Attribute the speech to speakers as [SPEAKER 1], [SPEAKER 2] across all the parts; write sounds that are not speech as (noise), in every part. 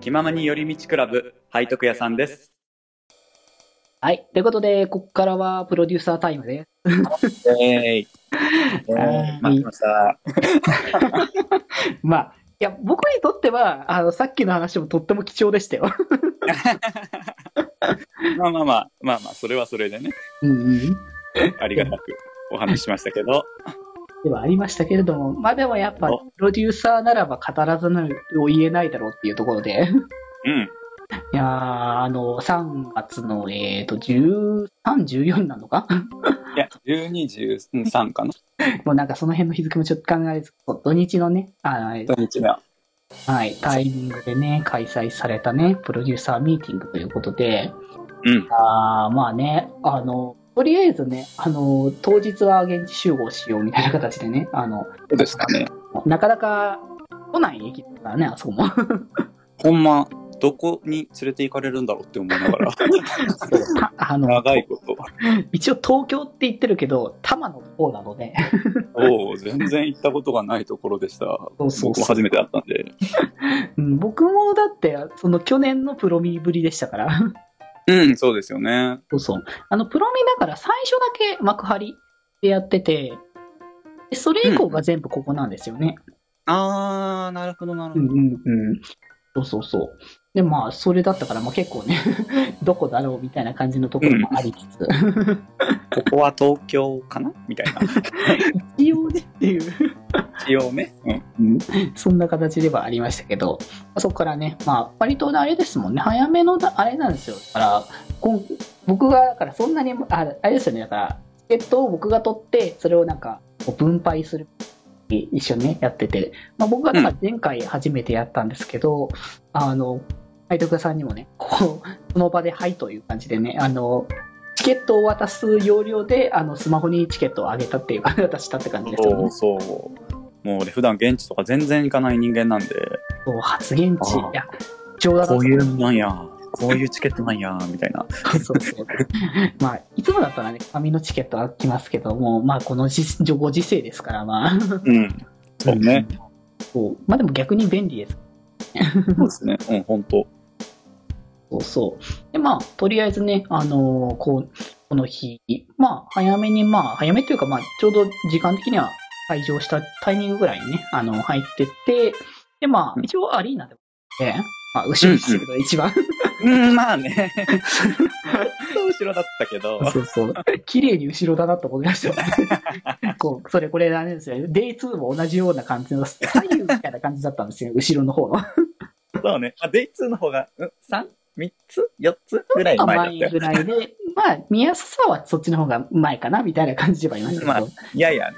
[SPEAKER 1] 気ままに寄り道クラブ、背徳屋さんです。
[SPEAKER 2] はい。ということで、ここからはプロデューサータイムです。
[SPEAKER 1] えい。
[SPEAKER 2] はい
[SPEAKER 1] 待ってました。
[SPEAKER 2] まあ、いや、僕にとっては、あの、さっきの話もとっても貴重でしたよ。
[SPEAKER 1] まあまあまあ、まあまあ、それはそれでね、
[SPEAKER 2] うんうん。
[SPEAKER 1] ありがたくお話ししましたけど、
[SPEAKER 2] ではありましたけれども、まあでもやっぱ、
[SPEAKER 1] お
[SPEAKER 2] プロデューサーならば語らずなを言えないだろうっていうところ (laughs) で、
[SPEAKER 1] うん。
[SPEAKER 2] いやー、あの、3月の、えっ、と、13、14なのか (laughs)
[SPEAKER 1] いや、12、13かな
[SPEAKER 2] もうなんかその辺の日付もちょっと考えず、土日のね、あー
[SPEAKER 1] 土日の。
[SPEAKER 2] はい、タイミングでね、開催されたね、プロデューサーミーティングということで、
[SPEAKER 1] うん。
[SPEAKER 2] あーまあね、あの、とりあえずね、あの、当日は現地集合しようみたいな形でね、あの、
[SPEAKER 1] そうですかね。
[SPEAKER 2] なかなか来ない駅だからね、あそこも。 (laughs)
[SPEAKER 1] ほんま、どこに連れて行かれるんだろうって思いな (laughs) がら、
[SPEAKER 2] たあの、
[SPEAKER 1] 長いこと。
[SPEAKER 2] 一応東京って言ってるけど、多摩の方なので、
[SPEAKER 1] おお、全然行ったことがないところでした。
[SPEAKER 2] うそうそう
[SPEAKER 1] 僕も初めてだったんで。
[SPEAKER 2] (laughs) うん僕もだって、その去年のプロミぶりでしたから。 (laughs)
[SPEAKER 1] うん、そうですよね。
[SPEAKER 2] そうそう。あの、プロミだから最初だけ幕張でやってて、でそれ以降が全部ここなんですよね。
[SPEAKER 1] あー、なるほど、なる
[SPEAKER 2] うんうんうん。そうそうそう。で、まあ、それだったから、まあ結構ね、 (laughs) どこだろうみたいな感じのところもありつつ、 (laughs)
[SPEAKER 1] ここは東京かなみたいな。
[SPEAKER 2] 一応ねっていう、
[SPEAKER 1] 一応ね。うん。
[SPEAKER 2] そんな形ではありましたけど、まあそこからね、まあ、割とあれですもんね、早めのだ、あれなんですよ。だから、こん僕が、だからそんなに、ああれですよね、だから、チケットを僕が取って、それをなんか、こう分配する。一緒にね、やってて、まあ、僕がだから前回初めてやったんですけど、あの、配徳屋さんにもね、こう、その場ではいという感じでね、あの、チケットを渡す要領で、あの、スマホにチケットをあげたっていう、渡したって感じでしたよ
[SPEAKER 1] そ
[SPEAKER 2] ね
[SPEAKER 1] う。そう。もう俺普段現地とか全然行かない人間なんで、
[SPEAKER 2] そう、発言地。い
[SPEAKER 1] ああ
[SPEAKER 2] や、冗談だ
[SPEAKER 1] こ
[SPEAKER 2] と思
[SPEAKER 1] ういうなんや、こういうチケットなんや、みたいな。
[SPEAKER 2] そうそう。まあ、いつもだったらね、紙のチケットは来ますけども、まあ、このじご時世ですから、まあ。
[SPEAKER 1] うん。そうね。
[SPEAKER 2] そうまあ、でも逆に便利です。
[SPEAKER 1] そうですね。うん、ほんと。
[SPEAKER 2] そうそう。で、まあ、とりあえずね、あのーこう、この日、まあ、早めに、まあ、早めというか、まあ、ちょうど時間的には退場したタイミングぐらいにね、あの、入ってって、で、まあ、一応アリーナでも、ね、まあ、後ろですけど、一番。
[SPEAKER 1] うん、まあね。後ろだったけど。
[SPEAKER 2] そうそう。 (laughs) 綺麗に後ろだなと思いました
[SPEAKER 1] (laughs)
[SPEAKER 2] よね。こう、それこれあれですよね。デイ2も同じような感じの、左右みたいな感じだったんですよ。後ろの方の。
[SPEAKER 1] そうね。あ、デイ2の方が、うん、3? 3つ ?4 つぐらい前だった
[SPEAKER 2] 甘い
[SPEAKER 1] よ
[SPEAKER 2] ぐ。らいで、まあ、見やすさはそっちの方がうまいかな、みたいな感じではいましたけど。
[SPEAKER 1] まあいやいやね。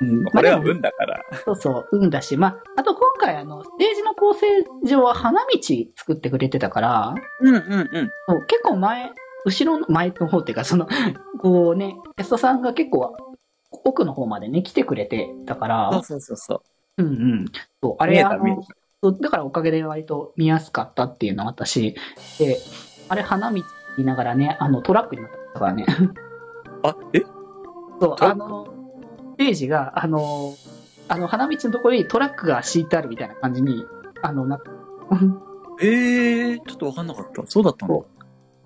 [SPEAKER 2] うん
[SPEAKER 1] これは
[SPEAKER 2] まあでも
[SPEAKER 1] 運だから。
[SPEAKER 2] そうそう、運だし、まあ、あと今回、あの、ステージの構成上は花道作ってくれてたから、
[SPEAKER 1] うんうんうん。
[SPEAKER 2] そう結構前、後ろの前の方っていうか、その、こうね、ゲストさんが結構奥の方までね、来てくれてたから、
[SPEAKER 1] そうそうそう。
[SPEAKER 2] うんうん。そう、あれ
[SPEAKER 1] 見えた
[SPEAKER 2] あ
[SPEAKER 1] 見え
[SPEAKER 2] のそうだからおかげで割と見やすかったっていうのは私、で、あれ花道見ながらね、あのトラックになったから
[SPEAKER 1] (laughs)
[SPEAKER 2] ね。
[SPEAKER 1] あ、え
[SPEAKER 2] そ
[SPEAKER 1] ト
[SPEAKER 2] う、
[SPEAKER 1] ラッ
[SPEAKER 2] あの、ステージが、あの、あの花道のところにトラックが敷いてあるみたいな感じに、あの、な (laughs)
[SPEAKER 1] ええー、ちょっとわかんなかった。そうだったんだ。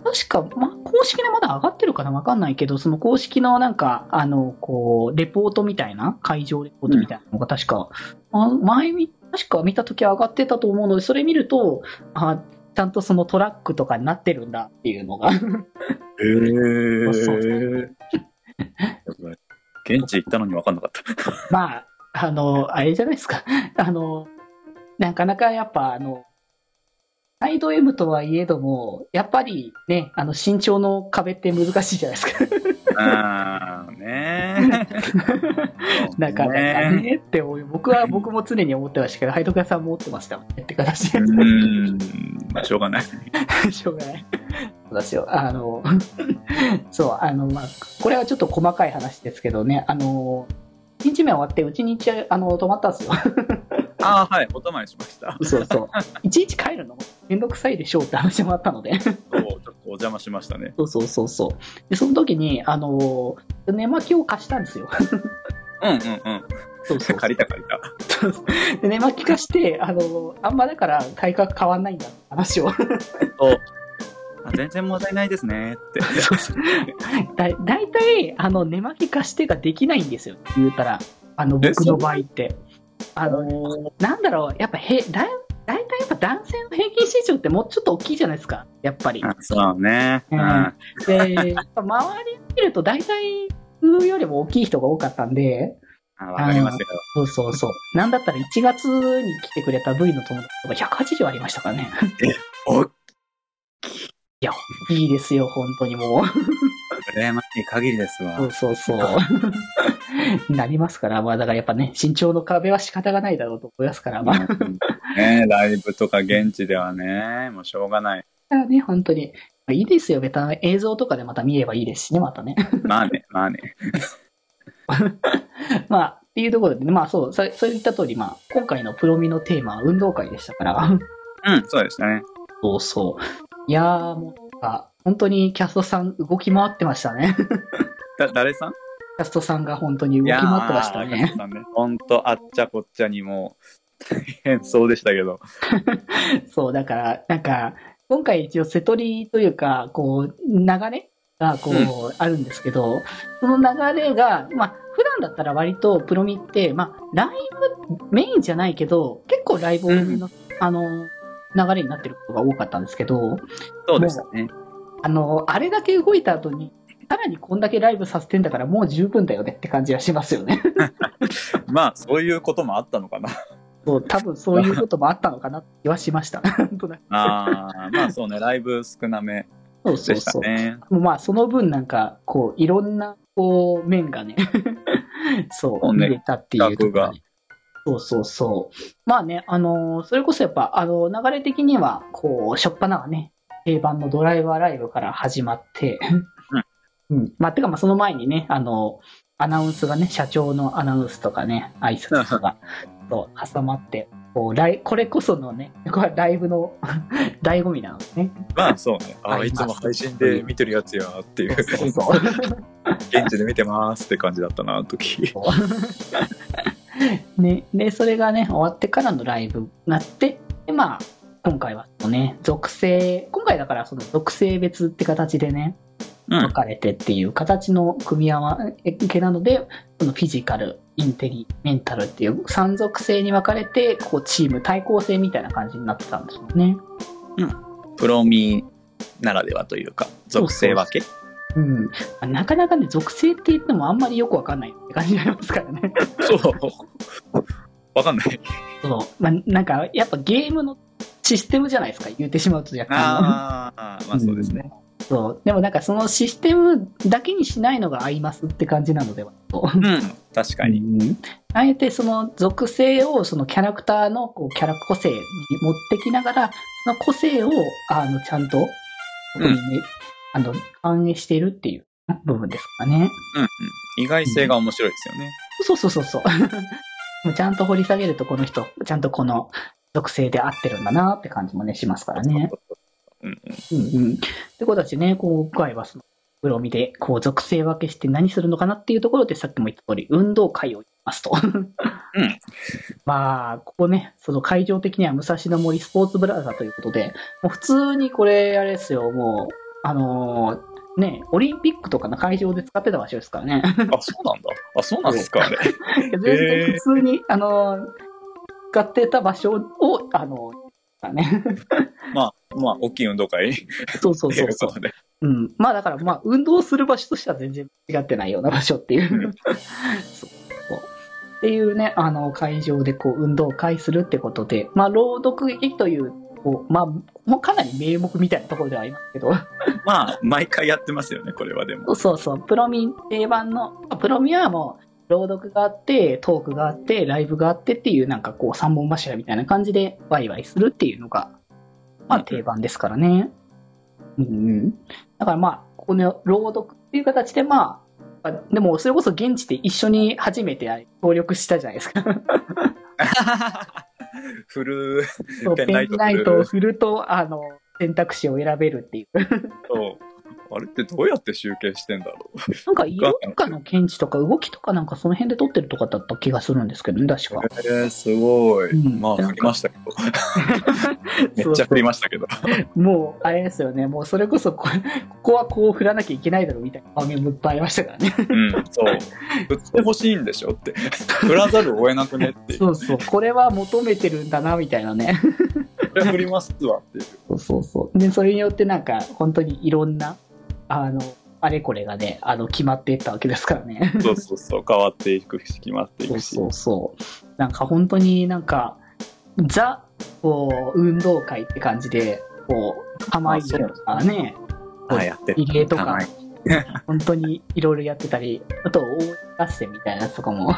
[SPEAKER 2] 確か、ま、公式でまだ上がってるかなわかんないけど、その公式のなんか、あの、こう、レポートみたいな、会場レポートみたいなのが確か、あ前見、確か見た時上がってたと思うので、それ見ると、あ、ちゃんとそのトラックとかになってるんだっていうのが。
[SPEAKER 1] えー
[SPEAKER 2] そう
[SPEAKER 1] 現地行ったのに分かんなかった。
[SPEAKER 2] まあ、あの、あれじゃないですか。あの、なかなかやっぱ、あの、サイド M とはいえども、やっぱりね、あの、身長の壁って難しいじゃないですか。
[SPEAKER 1] あーねー
[SPEAKER 2] なかなか
[SPEAKER 1] ね
[SPEAKER 2] ねって思い、僕は僕も常に思ってましたけど、配徳屋さんも思ってましたもんねって形
[SPEAKER 1] う
[SPEAKER 2] で、
[SPEAKER 1] ーん、まあ、しょうがない。
[SPEAKER 2] しょうがない。そうですよ。あの、 (laughs) そう、あの、まあ、これはちょっと細かい話ですけどね、あの、1日目終わって、うちに行っあの、泊まったんですよ。
[SPEAKER 1] あーはい、おたまりしました。
[SPEAKER 2] そう (laughs) そう。いちいち帰るのめんどくさいでしょうって話もあったので。
[SPEAKER 1] そうちょっとお邪魔しましたね。
[SPEAKER 2] そうそうそうそう。で、その時に、あの、寝巻きを貸したんですよ。
[SPEAKER 1] うんうんうん。
[SPEAKER 2] そうそう。
[SPEAKER 1] 借りた借りた。
[SPEAKER 2] そうそうでね、まあ、聞かして、あの、あんまだから体格変わんないんだって話を。
[SPEAKER 1] そう。あ全然問題ないですねって。
[SPEAKER 2] だい大体、あの、寝巻き貸してができないんですよ。言うたら、あの、
[SPEAKER 1] え
[SPEAKER 2] 僕
[SPEAKER 1] そ
[SPEAKER 2] の
[SPEAKER 1] う
[SPEAKER 2] 場合って。あの、なんだろう、やっぱへ、だい、大体やっぱ男性の平均身長ってもうちょっと大きいじゃないですか。やっぱり。
[SPEAKER 1] あそうね。
[SPEAKER 2] う
[SPEAKER 1] うんん。
[SPEAKER 2] で、やっぱ周り見ると大体、普通よりも大きい人が多かったんで、
[SPEAKER 1] あわかりますよ。
[SPEAKER 2] そうそうそう。なんだったら1月に来てくれた V の友達とか180ありましたからね。 (laughs)
[SPEAKER 1] おっ、
[SPEAKER 2] いいですよ、本当にもう。
[SPEAKER 1] 羨ましい限りです
[SPEAKER 2] そ
[SPEAKER 1] わ
[SPEAKER 2] う。そうそう。 (laughs) なりますから、まあだからやっぱね、身長の壁は仕方がないだろうと思いますから、まあ。
[SPEAKER 1] ねライブとか現地ではね、もうしょうがない。
[SPEAKER 2] だからね、本当に。まあいいですよ、ベタな映像とかでまた見ればいいですしね、またね。 (laughs)
[SPEAKER 1] まあね、まあね。
[SPEAKER 2] まあ、っていうところでね、まあそう、それ、そういった通り、まあ、今回のプロミのテーマは運動会でしたから。 (laughs)
[SPEAKER 1] うん、そうでしたね。
[SPEAKER 2] そうそう。いやー、もうなんか、本当にキャストさん動き回ってましたね。
[SPEAKER 1] だ、誰さん
[SPEAKER 2] キャストさんが本当に動
[SPEAKER 1] い
[SPEAKER 2] き回
[SPEAKER 1] やー
[SPEAKER 2] ってましたね。。
[SPEAKER 1] ほんと、あっちゃこっちゃにもう、大変そうでしたけど。
[SPEAKER 2] そう、だから、なんか、今回一応瀬戸りというか、こう、流れがこう、
[SPEAKER 1] う
[SPEAKER 2] あるんですけど、その流れが、まあ、普段だったら割とプロミって、まあ、ライブメインじゃないけど、結構ライブ多めの、あの、流れになってることが多かったんですけど、
[SPEAKER 1] そうでしたね。
[SPEAKER 2] あの、あれだけ動いた後に、さらにこんだけライブさせてんだからもう十分だよねって感じがしますよね。
[SPEAKER 1] まあ、そういうこともあったのか
[SPEAKER 2] (laughs)
[SPEAKER 1] な。
[SPEAKER 2] そう、多分そういうこともあったのかなって気はしました。 (laughs) なんとなく
[SPEAKER 1] ああ、まあそうね、ライブ少なめ
[SPEAKER 2] そうそ
[SPEAKER 1] で
[SPEAKER 2] う
[SPEAKER 1] した
[SPEAKER 2] そう。
[SPEAKER 1] ね。
[SPEAKER 2] まあ、その分なんか、こう、いろんな、こう、面がね、 (laughs) そ、
[SPEAKER 1] そううね
[SPEAKER 2] 見れたっていうところ
[SPEAKER 1] 企画が
[SPEAKER 2] ねそうそうそう。まあね、あのーそれこそやっぱ、あのー流れ的には、こう、初っ端はね、定番のドライバーライブから始まって、うん。まあ、てか、まあ、その前にね、あのーアナウンスがね、社長のアナウンスとかね、挨拶
[SPEAKER 1] (laughs)
[SPEAKER 2] とか、そう、挟まって、こう、ライこれこそのね、これはライブの (laughs) 醍醐味なので
[SPEAKER 1] (laughs)
[SPEAKER 2] すね。
[SPEAKER 1] まあそうね、あ
[SPEAKER 2] あ
[SPEAKER 1] ー
[SPEAKER 2] り
[SPEAKER 1] い
[SPEAKER 2] ます
[SPEAKER 1] つも配信で見てるやつやっていう、
[SPEAKER 2] そうそう。
[SPEAKER 1] 現地で見てますって感じだったな、あの時。
[SPEAKER 2] (laughs) ね、で、それがね、終わってからのライブになって、で、まあ、今回はそのね、属性、今回だからその属性別って形でね、
[SPEAKER 1] うん
[SPEAKER 2] 分、かれてっていう形の組み合わせなので、そのフィジカル、インテリ、メンタルっていう3属性に分かれて、こうチーム対抗性みたいな感じになってたんですよね。
[SPEAKER 1] プロミならではというか、属性分け
[SPEAKER 2] うん。まあなかなかね、属性って言ってもあんまりよくわかんないって感じになりますからね。
[SPEAKER 1] そう。わかんない。
[SPEAKER 2] そう。まあ、なんか、やっぱゲームのシステムじゃないですか、言ってしまうと若干の。
[SPEAKER 1] ああ、まあそうですね。
[SPEAKER 2] そう。でもなんかそのシステムだけにしないのが合いますって感じなのではと。
[SPEAKER 1] うん、確かに。
[SPEAKER 2] うんあえてその属性をそのキャラクターのこうキャラ個性に持ってきながら、その個性をあのちゃんと、
[SPEAKER 1] うん
[SPEAKER 2] あの反映しているっていう部分ですかね。
[SPEAKER 1] うん、うん。意外性が面白いですよね。
[SPEAKER 2] そうそうそうそう。 (laughs) もうちゃんと掘り下げるとこの人、ちゃんとこの属性で合ってるんだなって感じもね、しますからね。
[SPEAKER 1] うんうん
[SPEAKER 2] うんうん。ってことだしね、今回はその、プロミで、こう、属性分けして何するのかなっていうところで、さっきも言った通り、運動会をやりますと。
[SPEAKER 1] うん
[SPEAKER 2] (laughs) まあ、ここね、その会場的には武蔵野森スポーツブラザーということで、もう普通にこれ、あれですよ、もう、あのーね、オリンピックとかの会場で使ってた場所ですからね。
[SPEAKER 1] あ、そうなんだ。あ、そうなんですか、あれ。
[SPEAKER 2] 全然普通に、あのー使ってた場所を、あのーね、 (laughs)
[SPEAKER 1] まあ、まあ、大きい運動会って
[SPEAKER 2] そうそう
[SPEAKER 1] い
[SPEAKER 2] そう
[SPEAKER 1] う
[SPEAKER 2] そう
[SPEAKER 1] こ。とで。
[SPEAKER 2] うん。まあだから、まあ、運動する場所としては全然違ってないような場所っていう。
[SPEAKER 1] うん
[SPEAKER 2] (laughs) そうそうっていうね、あの、会場でこう、運動会するってことで、まあ、朗読劇という、こう、まあ、もうかなり名目みたいなところではありますけど、
[SPEAKER 1] まあ、毎回やってますよね、これは
[SPEAKER 2] (laughs)
[SPEAKER 1] でも。
[SPEAKER 2] そうそう、プロミ定番の、あプロミはもう、朗読があって、トークがあって、ライブがあってっていう、なんかこう、三本柱みたいな感じで、ワイワイするっていうのが、まあ、定番ですからね。うんうん。だからまあ、ここの朗読っていう形で、まあ、あでも、それこそ現地で一緒に初めてあれ協力したじゃないですか。
[SPEAKER 1] (laughs) フル
[SPEAKER 2] そう
[SPEAKER 1] ペ
[SPEAKER 2] ペ
[SPEAKER 1] ンライ
[SPEAKER 2] ン
[SPEAKER 1] ト
[SPEAKER 2] ライトを振ると、あの、選択肢を選べるっていう。
[SPEAKER 1] そう。あれってどうやって集計してんだろう。
[SPEAKER 2] なんか、ヨッカの検知とか動きとかなんかその辺で撮ってるとかだった気がするんですけどね、確か。
[SPEAKER 1] えー、すごい。
[SPEAKER 2] うん
[SPEAKER 1] まあ、
[SPEAKER 2] なんか
[SPEAKER 1] 振りま
[SPEAKER 2] (laughs)
[SPEAKER 1] したけど。めっちゃ振りましたけど。
[SPEAKER 2] もう、あれですよね、もうそれこそこ、ここはこう振 (laughs) らなきゃいけないだろうみたいな場面もいっぱいありましたからね。
[SPEAKER 1] うん、そう。振ってほしいんでしょって。振らざるを得なくねっていう。
[SPEAKER 2] (laughs) そうそう、これは求めてるんだな、みたいなね。
[SPEAKER 1] これ振りますわっていう。
[SPEAKER 2] そうそうそう。で、それによってなんか、本当にいろんな、あの、あれこれがね、あの、決まっていったわけですからね。
[SPEAKER 1] そうそうそう。変わっていくし、決まってい
[SPEAKER 2] そう
[SPEAKER 1] くし。
[SPEAKER 2] そうそう。なんか本当になんか、ザ、こう、運動会って感じで、こう、玉入れとかね、
[SPEAKER 1] ああ、やって
[SPEAKER 2] 入れとか
[SPEAKER 1] はい、
[SPEAKER 2] 本当にいろいろやってたり、あと、応援合戦みたいなやつとかも。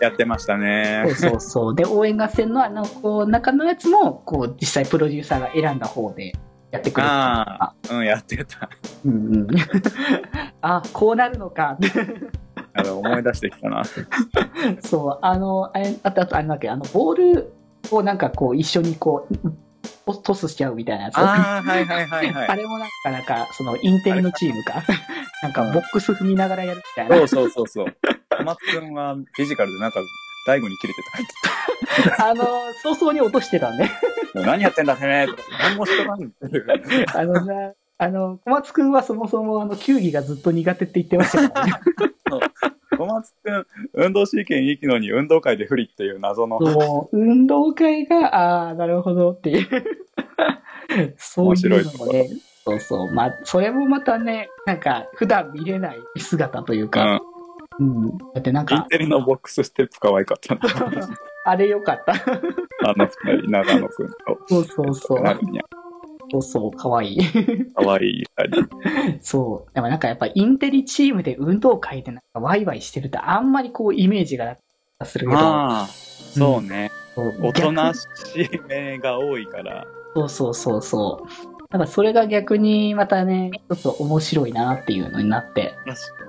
[SPEAKER 1] やってました
[SPEAKER 2] そ
[SPEAKER 1] ね
[SPEAKER 2] う。そうそう。で、応援合戦のあの、こう、中のやつも、こう、実際プロデューサーが選んだ方でやってくれる。
[SPEAKER 1] ああ、うん、やってた。
[SPEAKER 2] うん (laughs) うん。あ、こうなるのか。 (laughs)
[SPEAKER 1] あの、思い出してきたな。
[SPEAKER 2] そう、あの、あれ、あと、あと、あれなんだっけ、あの、ボールをなんかこう、一緒にこう、トストスしちゃうみたいなや
[SPEAKER 1] (laughs)
[SPEAKER 2] つ。
[SPEAKER 1] ああ、はいはいはいは
[SPEAKER 2] (laughs) あ
[SPEAKER 1] い。
[SPEAKER 2] れもなんか、なんか、その、インテリのチームか。 (laughs) なんか、ボックス踏みながらやるみたい
[SPEAKER 1] そ
[SPEAKER 2] な。
[SPEAKER 1] うそうそうそう。小松くんはフィジカルでなんか、大悟に切れて
[SPEAKER 2] (laughs) あの、早々に落としてたんで。 (laughs)
[SPEAKER 1] た。もう何やってんだてめえとか、何もしてないっていう。
[SPEAKER 2] あのな、あの、小松くんはそもそも、あの、球技がずっと苦手って言ってましたからね。
[SPEAKER 1] 小松くん、運動神経いいのに運動会で不利っていう謎の。
[SPEAKER 2] そう、運動会が、ああー、なるほどっていう。 (laughs) そういうのもね。そうそう。まあ、それもまたね、なんか、普段見れない姿という
[SPEAKER 1] う
[SPEAKER 2] か、
[SPEAKER 1] ん。
[SPEAKER 2] うん。だってなん
[SPEAKER 1] イン (laughs)
[SPEAKER 2] か、
[SPEAKER 1] テリのボックスステップ可愛かったな。
[SPEAKER 2] あれ良かった。
[SPEAKER 1] あの二人、長野くんと。
[SPEAKER 2] そうそうそう。
[SPEAKER 1] 長野に
[SPEAKER 2] そうそう、かわいい。 (laughs)
[SPEAKER 1] 可愛い二人。
[SPEAKER 2] そう。でもなんかやっぱインテリチームで運動会でなんかワイワイしてるってあんまりこうイメージがなかったりするけど。
[SPEAKER 1] まあ、そうね。
[SPEAKER 2] そう
[SPEAKER 1] 大人しい目が多いから。
[SPEAKER 2] そうそうそうそう。なんかそれが逆にまたね、ちょっと面白いなっていうのになって。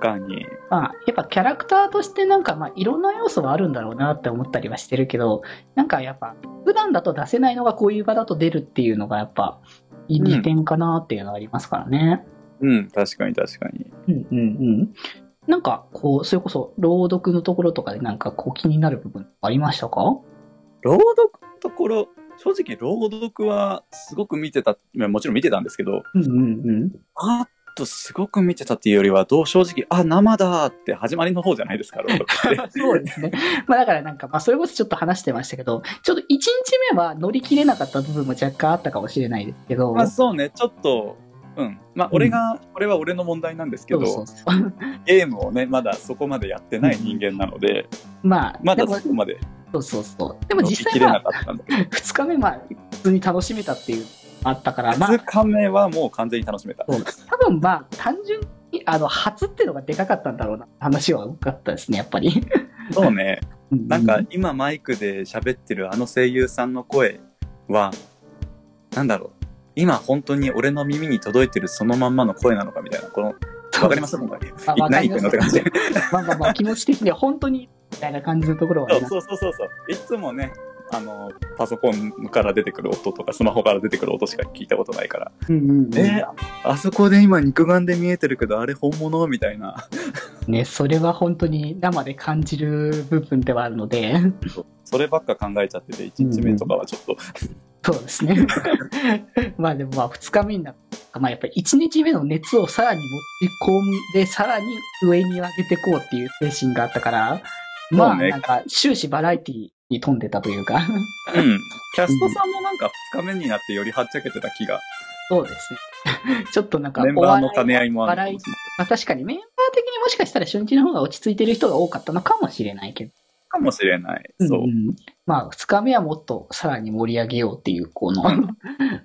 [SPEAKER 1] 確かに。
[SPEAKER 2] まあ、やっぱキャラクターとしてなんかまあいろんな要素はあるんだろうなって思ったりはしてるけど、なんかやっぱ普段だと出せないのがこういう場だと出るっていうのがやっぱいい
[SPEAKER 1] うん
[SPEAKER 2] 利点かなっていうのはありますからね。
[SPEAKER 1] うん、確かに確かに。
[SPEAKER 2] うんうんうん。なんかこう、それこそ朗読のところとかでなんかこう気になる部分ありましたか
[SPEAKER 1] 朗読のところ、正直朗読はすごく見てた、まあもちろん見てたんですけど、
[SPEAKER 2] うんうんうん。
[SPEAKER 1] あっとすごく見てたっていうよりは、どう正直、あ、生だって始まりの方じゃないですか、朗読って。
[SPEAKER 2] (laughs) そうですね。まあだからなんか、まあそれこそちょっと話してましたけど、ちょっと1日目は乗り切れなかった部分も若干あったかもしれないですけど、
[SPEAKER 1] まあそうね、ちょっと、うん。まあ俺が、これは俺の問題なんですけど、
[SPEAKER 2] そうそうそう (laughs)
[SPEAKER 1] ゲームをね、まだそこまでやってない人間なので、
[SPEAKER 2] まあ、
[SPEAKER 1] まだ
[SPEAKER 2] でも
[SPEAKER 1] そこまで
[SPEAKER 2] そうそうそう。でも
[SPEAKER 1] 乗り
[SPEAKER 2] 実
[SPEAKER 1] 切
[SPEAKER 2] 際
[SPEAKER 1] れな
[SPEAKER 2] は
[SPEAKER 1] かったんだけど、
[SPEAKER 2] 2日目まあ普通に楽しめたっていうのがあったから、まあ
[SPEAKER 1] 2日目はもう完全に楽しめた。
[SPEAKER 2] そう多分まあ単純にあの初っていうのがでかかったんだろうな話は多かったですね、やっぱり。
[SPEAKER 1] そうね、
[SPEAKER 2] うう
[SPEAKER 1] なんか今マイクで喋ってるあの声優さんの声は、なんだろう。今本当に俺の耳に届いてるそのまんまの声なのかみたいな。この、わかります
[SPEAKER 2] そう
[SPEAKER 1] 今
[SPEAKER 2] そう
[SPEAKER 1] 回。
[SPEAKER 2] あわか
[SPEAKER 1] 何
[SPEAKER 2] り
[SPEAKER 1] 言
[SPEAKER 2] ま
[SPEAKER 1] ってん
[SPEAKER 2] す
[SPEAKER 1] のって感じ。
[SPEAKER 2] まあまあまあ気持ち的には本当にみたいな感じのところは
[SPEAKER 1] そ
[SPEAKER 2] ね
[SPEAKER 1] うそうそうそうそう。いつもね、あの、パソコンから出てくる音とか、スマホから出てくる音しか聞いたことないから。
[SPEAKER 2] うんうんうん
[SPEAKER 1] えあそこで今肉眼で見えてるけど、あれ本物みたいな。
[SPEAKER 2] ね、それは本当に生で感じる部分ではあるので、
[SPEAKER 1] そればっか考えちゃってて、1日目とかはちょっと。
[SPEAKER 2] そうですね。 (laughs) まあでもまあ2日目になった。まあやっぱり1日目の熱をさらに持ち込んで、さらに上に上げていこうっていう精神があったから、まあ
[SPEAKER 1] そうね
[SPEAKER 2] なんか終始バラエティに富んでたというか、
[SPEAKER 1] う
[SPEAKER 2] (laughs)
[SPEAKER 1] ん。キャストさんもなんか2日目になってよりはっちゃけてた気が。
[SPEAKER 2] そうですね。 (laughs) ちょっとなんか
[SPEAKER 1] メン
[SPEAKER 2] お
[SPEAKER 1] バー
[SPEAKER 2] 笑い
[SPEAKER 1] の兼ね合いもあるかもしれない。
[SPEAKER 2] まあ確かにメンバー的にもしかしたら初日の方が落ち着いてる人が多かったのかもしれないけど。
[SPEAKER 1] かもしれない。そう。
[SPEAKER 2] んんまあ、二日目はもっとさらに盛り上げようっていう、
[SPEAKER 1] (laughs)
[SPEAKER 2] この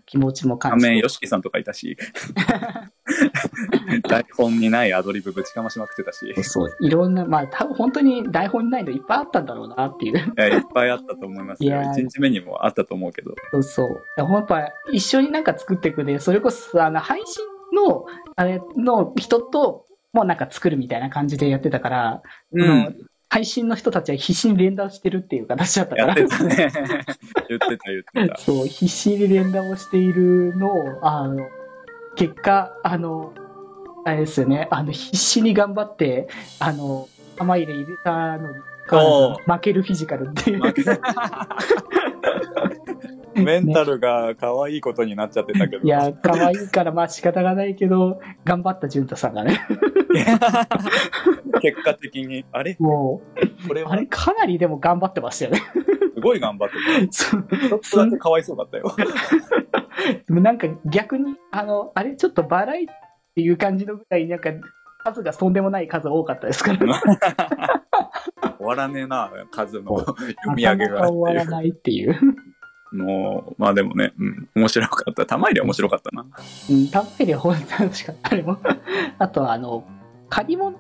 [SPEAKER 2] 気持ちも
[SPEAKER 1] 画
[SPEAKER 2] 感じ
[SPEAKER 1] 面、
[SPEAKER 2] て。
[SPEAKER 1] ヨシキさんとかいたし。台本にないアドリブぶちかましまくって
[SPEAKER 2] (laughs)
[SPEAKER 1] たし。い
[SPEAKER 2] そう、いろんな、まあ、多分本当に台本にないのいっぱいあったんだろうなって
[SPEAKER 1] (laughs)
[SPEAKER 2] いう。
[SPEAKER 1] やいっぱいあったと思います
[SPEAKER 2] い
[SPEAKER 1] よ。
[SPEAKER 2] やー
[SPEAKER 1] 1日目にもあったと思うけど。
[SPEAKER 2] そうそう。やっぱ、一緒になんか作っていくで、それこそ、あの、配信の、あれの人と、もうなんか作るみたいな感じでやってたから、
[SPEAKER 1] う
[SPEAKER 2] あの。配信の人たちは必死に連打をしてるっていう形だったか
[SPEAKER 1] やっ
[SPEAKER 2] ら。
[SPEAKER 1] てたね。 (laughs) 言ってた言
[SPEAKER 2] (laughs)
[SPEAKER 1] ってた。
[SPEAKER 2] そう、必死に連打をしているのを、あの、結果、あの、あれですよね、あの、必死に頑張って、あの、玉入れ入れたのに、
[SPEAKER 1] おー
[SPEAKER 2] 負けるフィジカルっていう。
[SPEAKER 1] メンタルが可愛いことになっちゃってたけど。
[SPEAKER 2] いや、可愛いから、まあ仕方がないけど、頑張った淳太さんが (laughs) ね、
[SPEAKER 1] (laughs) 結果的に、あれ
[SPEAKER 2] も
[SPEAKER 1] これ
[SPEAKER 2] う、あ
[SPEAKER 1] は
[SPEAKER 2] れかなりでも頑張ってましたよね。 (laughs)
[SPEAKER 1] すごい頑張って
[SPEAKER 2] そう
[SPEAKER 1] た。ちょっとだけかわいそうだったよ。
[SPEAKER 2] でもなんか逆に、あの、あれちょっとバラエティっていう感じのぐらい、なんか、数がとんでもない数多かったですから。
[SPEAKER 1] 終わらねえな、数の読み上げがっ
[SPEAKER 2] なかなか
[SPEAKER 1] て
[SPEAKER 2] 終
[SPEAKER 1] い
[SPEAKER 2] わ
[SPEAKER 1] う
[SPEAKER 2] ら。ないっていう。
[SPEAKER 1] もう、まあでもね、うん、面白かった。玉入れ面白かったな。
[SPEAKER 2] (laughs) うん、たっぷり本当に楽しかった。あれも。あとは、あの、借り物の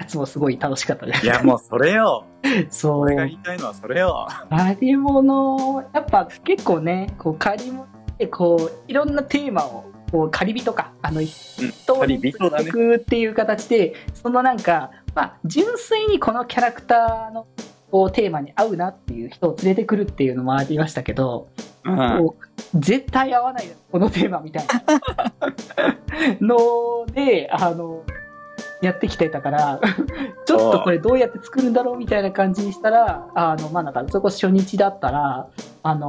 [SPEAKER 2] やつもすごい楽しかったね。
[SPEAKER 1] いや、もうそれよ。
[SPEAKER 2] そう。
[SPEAKER 1] 俺が言いたいのはそれよ。
[SPEAKER 2] (laughs) 借り物、やっぱ結構ね、こう借り物ってこう、いろんなテーマを、こう借り人か、あの、人を
[SPEAKER 1] 借り人だね
[SPEAKER 2] くっていう形で、そのなんか、まあ、純粋にこのキャラクターの、こうテーマに合うなっていう人を連れてくるっていうのもありましたけど、
[SPEAKER 1] うん。
[SPEAKER 2] こう絶対合わないなこのテーマみたい
[SPEAKER 1] (laughs)
[SPEAKER 2] なのであのやってきてたからちょっとこれどうやって作るんだろうみたいな感じにしたらあのまあなんかそこ初日だったらあの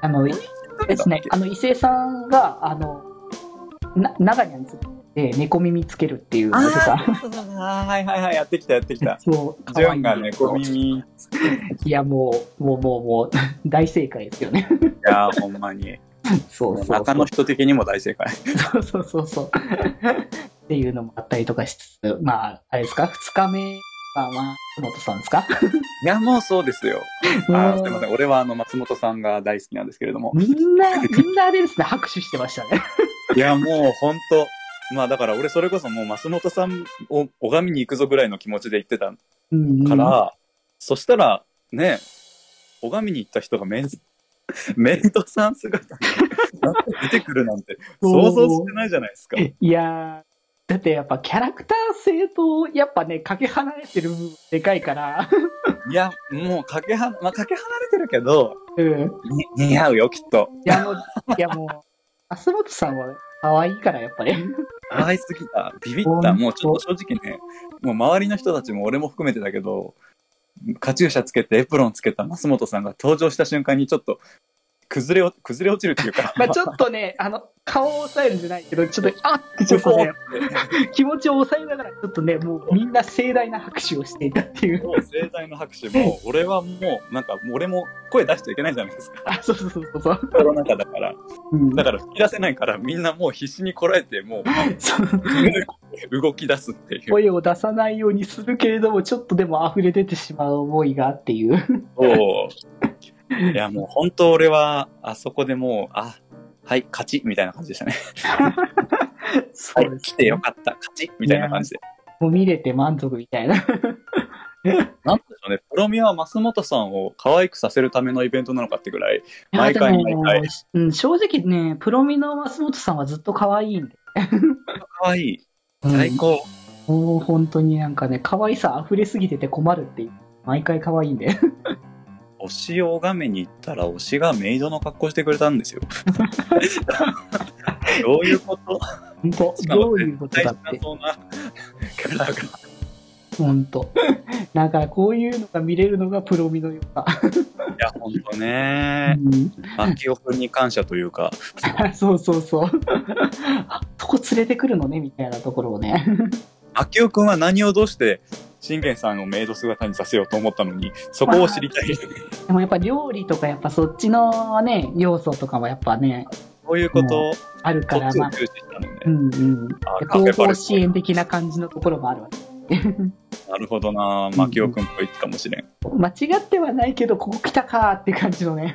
[SPEAKER 2] あのですねあの伊勢さんがあのな長屋につって猫耳つけるっていうの
[SPEAKER 1] あ
[SPEAKER 2] とか。
[SPEAKER 1] ーはいはいはい、やってきたやってきた
[SPEAKER 2] そう
[SPEAKER 1] ジ
[SPEAKER 2] 可
[SPEAKER 1] ュ
[SPEAKER 2] 愛い
[SPEAKER 1] ンが猫耳。い
[SPEAKER 2] いやもうもうもうもう大正解ですよね (laughs)
[SPEAKER 1] やー、ほんまに。
[SPEAKER 2] そうそうそう
[SPEAKER 1] 中の人的にも大正解。
[SPEAKER 2] (laughs) そうそうそうそう。っていうのもあったりとかしつつ、まあ、あれですか、2日目は、まあ、松本さんですか
[SPEAKER 1] いや、もうそうですよ。あーすいませ
[SPEAKER 2] も
[SPEAKER 1] ん。俺はあの、松本さんが大好きなんですけれども
[SPEAKER 2] う。みんな、みんなあれですね、拍手してました
[SPEAKER 1] (laughs)
[SPEAKER 2] ね。
[SPEAKER 1] いや、もうほんと。まあだから俺それこそもう松本さんを拝みに行くぞぐらいの気持ちで行ってたか
[SPEAKER 2] うん
[SPEAKER 1] ら、そしたら、ね、拝みに行った人がメン、 (laughs) メイドさん姿に (laughs) 出てくるなんて想像してないじゃないですか。
[SPEAKER 2] いやー、だってやっぱキャラクター性と、やっぱね、かけ離れてる部分でかいから、
[SPEAKER 1] いや、もうかけは、まあかけ離れてるけど、
[SPEAKER 2] うん。い
[SPEAKER 1] に似合うよ、きっと。
[SPEAKER 2] やもう、いやもう、松本さんは可愛いから、やっぱり。
[SPEAKER 1] 可愛すぎた。ビビっ
[SPEAKER 2] ほん
[SPEAKER 1] た。
[SPEAKER 2] と
[SPEAKER 1] もうちょっと正直ね、もう周りの人たちも俺も含めてだけど、カチューシャつけてエプロンつけた松本さんが登場した瞬間にちょっと、崩れお、崩れ落ちるっていうか、
[SPEAKER 2] (laughs) ま
[SPEAKER 1] (laughs)
[SPEAKER 2] あちょっとね、あの、顔を抑えるんじゃないけど、ちょっと、あっってちょっとね、気持ちを抑えながら、ちょっとね、もうみんな盛大な拍手をしていたっ
[SPEAKER 1] (laughs)
[SPEAKER 2] ていう。
[SPEAKER 1] もう盛大な拍手も、俺はもう、なんか、俺も声出しちゃいけないじゃないですか。
[SPEAKER 2] あ、そうそうそうそう。
[SPEAKER 1] コロナ禍だから。
[SPEAKER 2] うん
[SPEAKER 1] だから吹き出せないから、みんなもう必死にこらえて、も
[SPEAKER 2] そう
[SPEAKER 1] う、動き出すっていう。
[SPEAKER 2] 声を出さないようにするけれども、ちょっとでも溢れ出てしまう思いがあっていう。
[SPEAKER 1] そう。いや、もう本当俺は、あそこでもう、あ、はい、勝ちみたいな感じでしたね。
[SPEAKER 2] そ
[SPEAKER 1] は
[SPEAKER 2] う
[SPEAKER 1] い
[SPEAKER 2] で、す、
[SPEAKER 1] 来てよかった、勝ちみたいな感じで。
[SPEAKER 2] もう見れて満足みたいな。
[SPEAKER 1] なんでしょうね、プロミアは増本さんを可愛くさせるためのイベントなのかってぐらい、毎回
[SPEAKER 2] いやでも
[SPEAKER 1] 毎回
[SPEAKER 2] うん、正直ね、プロミの松本さんはずっと可愛いんで。
[SPEAKER 1] 可愛い、最高。
[SPEAKER 2] うんもう本当になんかね、可愛さ溢れすぎてて困るっていう。毎回可愛いんで。
[SPEAKER 1] 推しを拝めに行ったら、推しがメイドの格好してくれたんですよ。
[SPEAKER 2] (laughs)
[SPEAKER 1] どういうこと
[SPEAKER 2] 本当、
[SPEAKER 1] しか
[SPEAKER 2] (laughs) ど
[SPEAKER 1] も
[SPEAKER 2] う
[SPEAKER 1] ね
[SPEAKER 2] いうこと
[SPEAKER 1] 大
[SPEAKER 2] だ
[SPEAKER 1] 事
[SPEAKER 2] って
[SPEAKER 1] な。そうなキャラが。
[SPEAKER 2] 本当。 (laughs) なんかこういうのが見れるのがプロミの良
[SPEAKER 1] い
[SPEAKER 2] さ。
[SPEAKER 1] や、ほんと
[SPEAKER 2] う
[SPEAKER 1] ね。
[SPEAKER 2] ん
[SPEAKER 1] 秋夫君に感謝というか、
[SPEAKER 2] (laughs) そうそうそう。あそこ連れてくるのねみたいなところをね。 (laughs)
[SPEAKER 1] 秋夫君は何をどうして、信玄さんをメイド姿にさせようと思ったのに、そこを知りたい。
[SPEAKER 2] でもやっぱ料理とかやっぱそっちのね、要素とかもやっぱね、
[SPEAKER 1] そういうことを、
[SPEAKER 2] ある
[SPEAKER 1] こ
[SPEAKER 2] か
[SPEAKER 1] っ
[SPEAKER 2] ら、
[SPEAKER 1] ち
[SPEAKER 2] ま
[SPEAKER 1] を
[SPEAKER 2] あ、
[SPEAKER 1] 重視したのね。
[SPEAKER 2] うんうん。
[SPEAKER 1] あカフ
[SPEAKER 2] 後
[SPEAKER 1] ェバ
[SPEAKER 2] 方
[SPEAKER 1] ル
[SPEAKER 2] 支援的な感じのところもあるわけ。
[SPEAKER 1] なるほどなマキオくんっぽいかもしれん。
[SPEAKER 2] 間違ってはないけど、ここ来たかーって感じのね。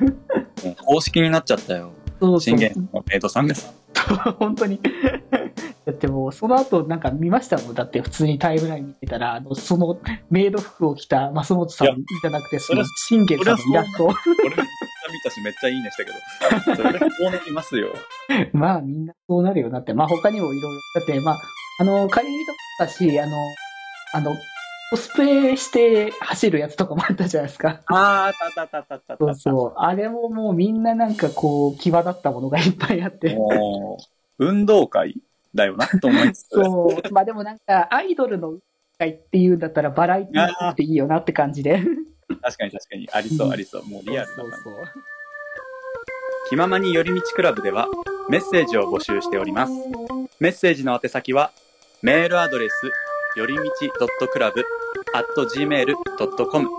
[SPEAKER 1] もう公式になっちゃったよ。
[SPEAKER 2] (laughs) そうそ
[SPEAKER 1] 信
[SPEAKER 2] う。
[SPEAKER 1] 玄のメイドさんがさ。
[SPEAKER 2] (laughs) 本当に。 (laughs) だってもう、その後なんか見ましたもん。だって普通にタイムライン見てたら、あの、そのメイド服を着た松本さん
[SPEAKER 1] いや
[SPEAKER 2] じゃなくて、
[SPEAKER 1] そ
[SPEAKER 2] そ
[SPEAKER 1] れ
[SPEAKER 2] の
[SPEAKER 1] は
[SPEAKER 2] 信玄さんのイラストを。
[SPEAKER 1] 俺も見たしめっちゃいいねしたけど。それこうなりますよ。
[SPEAKER 2] まあみんなそうなるよなって、まあ他にもいろいろ、だってまあ、あの、仮にとかだし、あの、あの、コスプレして走るやつとかもあったじゃないですか。
[SPEAKER 1] あー、たたたたたた
[SPEAKER 2] (laughs) そうそう。あれももうみんななんかこう、際立ったものがいっぱいあって。
[SPEAKER 1] もう、運動会だよな、と思いつつ。
[SPEAKER 2] そう。まあでもなんか、アイドルの会っていうんだったら、バラエティーっていいよなって感じで。
[SPEAKER 1] 確かに確かに。ありそう、ありそう。もうリアルな
[SPEAKER 2] そ
[SPEAKER 1] 感
[SPEAKER 2] う
[SPEAKER 1] じ。
[SPEAKER 2] そうそう。
[SPEAKER 1] 気ままに寄り道クラブではメッセージを募集しております。メッセージの宛先はメールアドレスよりみち .club gmail.com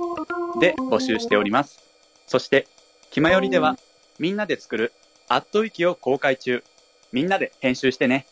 [SPEAKER 1] で募集しております。そして、気まよりではみんなで作るアットウィキを公開中。みんなで編集してね。